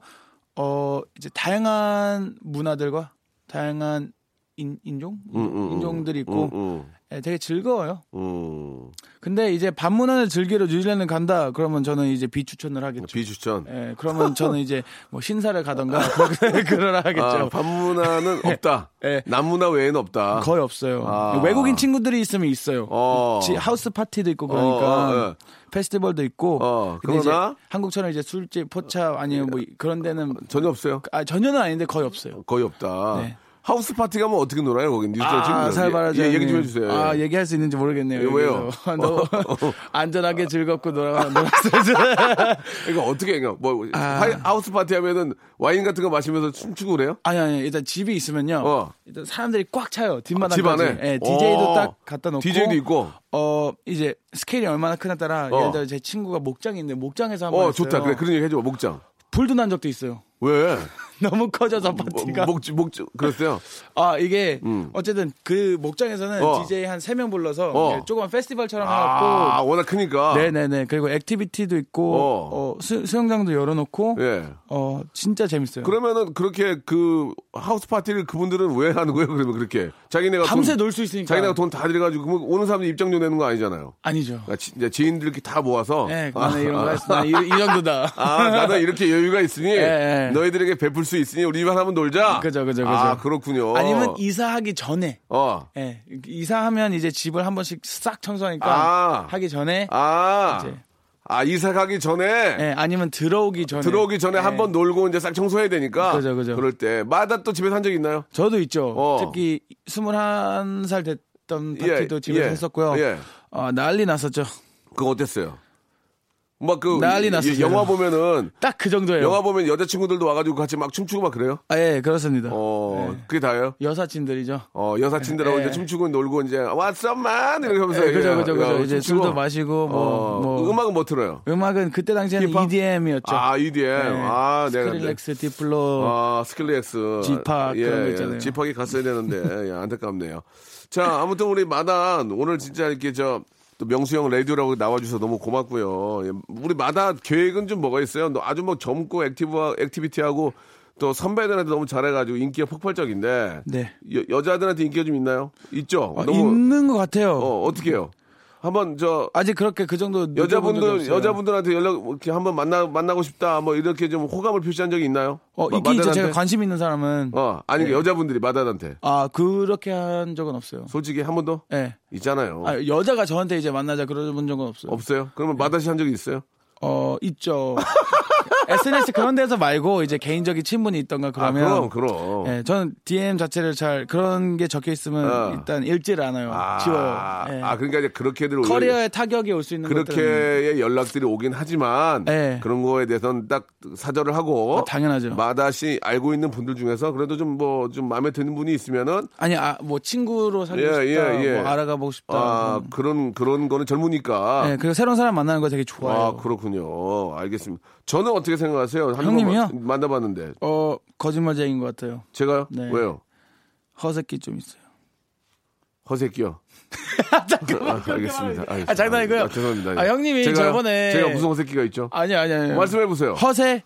S4: 어 이제 다양한 문화들과 다양한 인, 인종
S3: 음, 음.
S4: 인종들이 있고
S3: 음, 음,
S4: 예, 되게 즐거워요.
S3: 음.
S4: 근데 이제 반문화를 즐기러 뉴질랜드 간다 그러면 저는 이제 비추천을 하겠죠.
S3: 어, 비추천.
S4: 예, 그러면 저는 이제 뭐 신사를 가던가 뭐 네, 그러라
S3: 아,
S4: 하겠죠.
S3: 밤문화는 없다.
S4: 예.
S3: 남문화 외에는 없다.
S4: 그렇죠. 거의 없어요.
S3: 아.
S4: 외국인 친구들이 있으면 있어요.
S3: 어.
S4: 지- 하우스 파티도 있고 그러니까
S3: 어, 어, 예.
S4: 페스티벌도 있고.
S3: 어,
S4: 근데 이제
S3: 그러나?
S4: 한국처럼 이제 술집, 포차 아니면 뭐 그런 데는
S3: 전혀 없어요.
S4: 아, 전혀는 아닌데 거의 없어요.
S3: 거의 없다.
S4: 네.
S3: 하우스 파티 가면 어떻게 놀아요? 거기 뉴질랜드
S4: 아,
S3: 친구들.
S4: 살바라지.
S3: 예, 얘기 좀 해주세요.
S4: 아,
S3: 예.
S4: 얘기할 수 있는지 모르겠네요.
S3: 예, 왜요?
S4: 여기서. 너무 안전하게 즐겁고 놀아 놀았어요.
S3: 이거 어떻게 해요? 뭐
S4: 아.
S3: 하- 하우스 파티 하면은 와인 같은 거 마시면서 춤추고 그래요?
S4: 아니 아니 일단 집에 있으면요.
S3: 어.
S4: 일단 사람들이 꽉 차요. 뒷마당까지.
S3: 집 안에.
S4: 예, DJ도
S3: 어.
S4: 딱 갖다 놓고.
S3: DJ도 있고.
S4: 어, 이제 스케일이 얼마나 크나 따라
S3: 어.
S4: 예를 들어 제 친구가 목장인데 목장에서 한번
S3: 어,
S4: 했어요.
S3: 좋다. 그래, 그런 얘기 해줘. 목장.
S4: 불도 난 적도 있어요.
S3: 왜?
S4: 너무 커져서
S3: 뭐,
S4: 파티가.
S3: 목, 목, 그랬어요.
S4: 아, 이게 어쨌든 그 목장에서는
S3: 어.
S4: DJ 한 세 명 불러서
S3: 어.
S4: 예, 조그만 페스티벌처럼
S3: 아,
S4: 해갖고
S3: 워낙 크니까.
S4: 네네네. 그리고 액티비티도 있고
S3: 어.
S4: 어, 수, 수영장도 열어놓고
S3: 예.
S4: 어, 진짜 재밌어요.
S3: 그러면은 그렇게 그 하우스 파티를 그분들은 왜 하는 거예요? 그러면 그렇게 자기네가
S4: 밤새
S3: 돈,
S4: 놀 수 있으니까.
S3: 자기네가 돈 다 들여가지고 그러면 오는 사람들 입장료 내는 거 아니잖아요.
S4: 아니죠.
S3: 그러니까 지, 이제 지인들 이렇게 다 모아서
S4: 예,
S3: 아,
S4: 나는 이런
S3: 아,
S4: 거 했어. 나 이, 이 정도다.
S3: 아, 나는 이렇게 여유가 있으니
S4: 예, 예.
S3: 너희들에게 베풀 수 있으니 우리 이만 한번 놀자.
S4: 그죠, 그죠, 그죠.
S3: 아, 그렇군요.
S4: 아니면 이사하기 전에.
S3: 어.
S4: 예. 이사하면 이제 집을 한 번씩 싹 청소하니까
S3: 아.
S4: 하기 전에.
S3: 아.
S4: 이제.
S3: 아, 이사 가기 전에
S4: 예, 아니면 들어오기 전에.
S3: 들어오기 전에
S4: 예.
S3: 한번 놀고 이제 싹 청소해야 되니까.
S4: 그죠, 그죠.
S3: 럴 때. 마다 또 집에서 한 적 있나요?
S4: 저도 있죠.
S3: 어.
S4: 특히 21살 됐던
S3: 예,
S4: 파티도 집에서
S3: 예,
S4: 했었고요.
S3: 예.
S4: 어, 난리 났었죠.
S3: 그거 어땠어요? 막 그
S4: 난리 났었어요.
S3: 영화 보면은
S4: 딱 그 정도예요.
S3: 영화 보면 여자친구들도 와가지고 같이 막 춤추고 막 그래요?
S4: 아, 예, 그렇습니다.
S3: 어,
S4: 네.
S3: 그게 다예요?
S4: 여사친들이죠.
S3: 어, 여사친들하고
S4: 예.
S3: 이제 춤추고 놀고 이제 What's up, man? 이렇게 하면서
S4: 예, 그죠,
S3: 예,
S4: 그죠, 그죠.
S3: 예,
S4: 이제
S3: 춤추고.
S4: 술도 마시고, 뭐,
S3: 어,
S4: 뭐.
S3: 음악은 뭐 들어요?
S4: 음악은 그때 당시에는 E
S3: 힙합?
S4: EDM이었죠. 예.
S3: 아, EDM. 아, 내가 근데-
S4: 네. 스크릴렉스, 디플로,
S3: 아, 스킬렉스.
S4: 어, 지팍 그런 거 있잖아요.
S3: 지팍이 갔어야 되는데, 예, 안타깝네요. 자, 아무튼 우리 마단, 오늘 진짜 이렇게 저, 또 명수형 라디오라고 나와주셔서 너무 고맙고요. 예, 우리 마단 계획은 좀 뭐가 있어요? 너 아주 뭐 젊고 액티브, 액티비티하고 또 선배들한테 너무 잘해가지고 인기가 폭발적인데.
S4: 네.
S3: 여, 자들한테 인기가 좀 있나요? 있죠?
S4: 어,
S3: 너무,
S4: 있는 것 같아요.
S3: 어, 어떻게 해요? 한번 저,
S4: 아직 그렇게 그 정도 느껴본 적이
S3: 여자분들
S4: 없어요.
S3: 여자분들한테 연락 이렇게 한번 만나 만나고 싶다 뭐 이렇게 좀 호감을 표시한 적이 있나요?
S4: 어
S3: 마-
S4: 있긴 있죠.
S3: 마단한테?
S4: 제가 관심 있는 사람은
S3: 어, 아니,
S4: 네.
S3: 그 여자분들이 마단한테.
S4: 아 그렇게 한 적은 없어요.
S3: 솔직히 한 번도?
S4: 예.
S3: 있잖아요.
S4: 아, 네. 여자가 저한테 이제 만나자 그러본 적은 없어요.
S3: 없어요? 그러면 마다시 한 적이 있어요?
S4: 어 있죠. SNS 그런 데서 말고 이제 개인적인 친분이 있던가
S3: 아,
S4: 그러면
S3: 그럼 그럼.
S4: 예, 저는 DM 자체를 잘 그런 게 적혀 있으면
S3: 어.
S4: 일단 읽질 않아요.
S3: 아,
S4: 지워요. 예.
S3: 아 그러니까 이제 그렇게들 오히려
S4: 커리어에 타격이 올 수 있는 것들은
S3: 그렇게의 연락들이 오긴 하지만
S4: 네.
S3: 그런 거에 대해서는 딱 사절을 하고
S4: 아, 당연하죠.
S3: 마다시 알고 있는 분들 중에서 그래도 좀 뭐 좀 마음에 드는 분이 있으면은
S4: 아니 아, 뭐 친구로 사귀고
S3: 예,
S4: 싶다,
S3: 예, 예.
S4: 뭐 알아가보고 싶다.
S3: 아
S4: 음.
S3: 그런 그런 거는 젊으니까
S4: 예, 그리고 새로운 사람 만나는 거 되게
S3: 아
S4: 좋아해요. 그-
S3: 그렇군요 알겠습니다 저는 어떻게 생각하세요 한
S4: 형님이요?
S3: 번 만나봤는데
S4: 어 거짓말쟁인 것 같아요.
S3: 제가요
S4: 네.
S3: 왜요
S4: 허세끼 좀 있어요.
S3: 허세끼요 잠깐만 알겠습니다 알겠습니다.
S4: 아, 장난이고요.
S3: 아, 죄송합니다
S4: 아, 형님이
S3: 제가요?
S4: 저번에-
S3: 제가 무슨 허세끼가 있죠
S4: 아니 아니 아니.
S3: 말씀해 보세요
S4: 허세끼.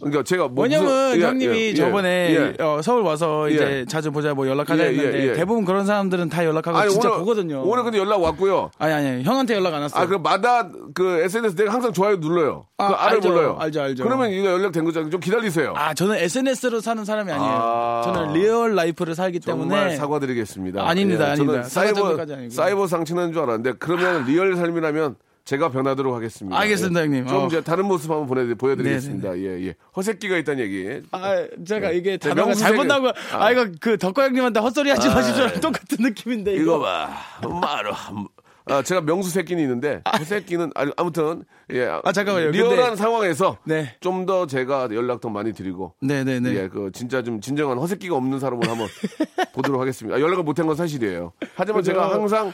S3: 그러니까 제가 뭐 무슨-
S4: 왜냐면
S3: 예,
S4: 형님이
S3: 예, 예,
S4: 저번에
S3: 예.
S4: 어, 서울 와서
S3: 예.
S4: 이제 자주 보자 뭐 연락하자
S3: 예, 예,
S4: 했는데
S3: 예.
S4: 대부분 그런 사람들은 다 연락하고
S3: 아니,
S4: 진짜
S3: 오늘-
S4: 보거든요.
S3: 오늘 근데 연락 왔고요
S4: 아니 아니 형한테 연락 안 왔어요.
S3: 아, 그럼 마다 그 SNS 내가 항상 좋아요 눌러요.
S4: 아,
S3: 그 알을
S4: 알죠.
S3: 몰라요.
S4: 알죠, 알죠.
S3: 그러면 이거 연락된 거잖아요. 좀 기다리세요.
S4: 아, 저는 SNS로 사는 사람이 아니에요.
S3: 아.
S4: 저는 리얼 라이프를 살기
S3: 정말
S4: 때문에
S3: 사과드리겠습니다. 예, 저는
S4: 아닙니다, 아닙니다. 사과 정도까지
S3: 사이버
S4: 아니고요. 아.
S3: 사이버 상친하는 줄 알았는데 그러면 리얼 삶이라면 제가 변하도록 하겠습니다.
S4: 알겠습니다,
S3: 예.
S4: 형님.
S3: 좀
S4: 어.
S3: 이제 다른 모습 한번 보내 보여드리겠습니다. 예예. 허세끼가 있다는 얘기.
S4: 아, 제가 이게
S3: 네,
S4: 단어가
S3: 명수
S4: 잘못
S3: 선생님.
S4: 나온 거. 아,
S3: 아. 예.
S4: 이거 그 덕과 형님한테 헛소리 하지 마십시오. 똑같은 느낌인데
S3: 이거
S4: 이거.
S3: 봐, 마로. 아, 제가 명수 새끼는 있는데 허세끼는 아니, 아무튼 예.
S4: 아, 잠깐만요.
S3: 리얼한
S4: 근데-
S3: 상황에서
S4: 네.
S3: 좀 더 제가 연락 더 많이 드리고
S4: 네, 네, 네.
S3: 예, 그 진짜 좀 진정한 허세끼가 없는 사람으로 한번 보도록 하겠습니다. 아, 연락을 못한 건 사실이에요. 하지만
S4: 그죠.
S3: 제가 항상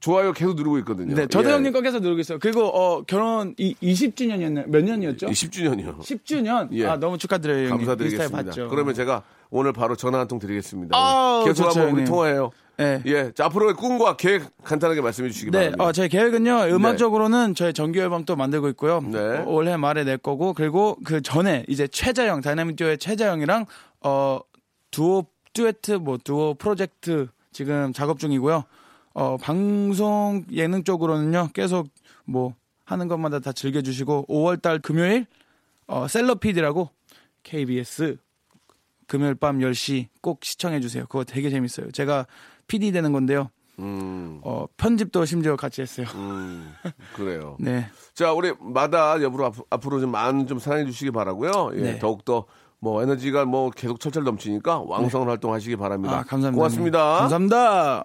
S3: 좋아요 계속 누르고 있거든요.
S4: 그렇죠. 네, 저도
S3: 예.
S4: 형님 거 계속 누르고 있어요. 그리고 어, 결혼 이 20주년이었나요? 몇 년이었죠?
S3: 10주년이요.
S4: 10주년.
S3: 예.
S4: 아, 너무 축하드려요, 형님. 인스타에
S3: 감사드리겠습니다.
S4: 봤죠.
S3: 그러면 제가 오늘 바로 전화 한 통 드리겠습니다.
S4: 아우,
S3: 계속
S4: 좋죠,
S3: 한번 우리
S4: 형님.
S3: 통화해요.
S4: 네.
S3: 예, 자, 앞으로의 꿈과 계획 간단하게 말씀해 주시기
S4: 네,
S3: 바랍니다.
S4: 어, 제 계획은요. 음악적으로는 저의 정규 앨범 또 만들고 있고요.
S3: 네.
S4: 어, 올해 말에 낼 거고 그리고 그 전에 이제 최자영 다이나믹 듀오의 최자영이랑 어 두오 듀엣 뭐 두오 프로젝트 지금 작업 중이고요. 어 방송 예능 쪽으로는요. 계속 뭐 하는 것마다 다 즐겨 주시고 5월 달 금요일 어 셀럽피디라고 KBS 금요일 밤 10시 꼭 시청해 주세요. 그거 되게 재밌어요. 제가 PD 되는 건데요. 어, 편집도 심지어 같이 했어요.
S3: 음, 그래요.
S4: 네.
S3: 자, 우리 마다 여부로 앞, 앞으로 좀 많은 좀 사랑해 주시기 바라고요. 예,
S4: 네.
S3: 더욱더 뭐 에너지가 뭐 계속 철철 넘치니까 왕성한 활동하시기 바랍니다.
S4: 아, 감사합니다.
S3: 고맙습니다.
S4: 감사합니다.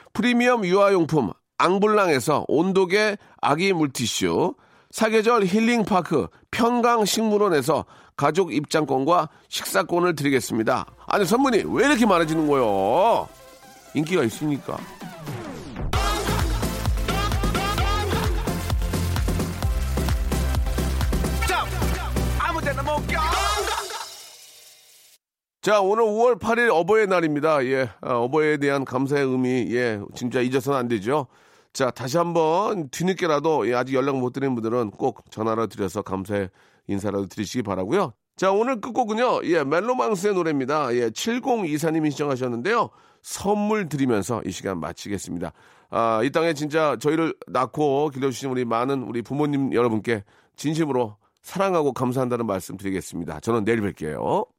S3: 프리미엄 유아용품 앙블랑에서 온도계 아기 물티슈, 사계절 힐링파크 평강식물원에서 가족 입장권과 식사권을 드리겠습니다. 아니 선물이 왜 이렇게 많아지는 거요? 인기가 있으니까.
S1: 아무데나 못 가.
S3: 자, 오늘 5월 8일 어버이날입니다. 예, 아, 어버이에 대한 감사의 의미, 예, 진짜 잊어서는 안 되죠. 자, 다시 한번 뒤늦게라도 예, 아직 연락 못 드린 분들은 꼭 전화를 드려서 감사의 인사라도 드리시기 바라고요. 자, 오늘 끝곡은요. 예, 멜로망스의 노래입니다. 예, 7024님이 신청하셨는데요. 선물 드리면서 이 시간 마치겠습니다. 아, 이 땅에 진짜 저희를 낳고 길러주신 우리 많은 우리 부모님 여러분께 진심으로 사랑하고 감사한다는 말씀 드리겠습니다. 저는 내일 뵐게요.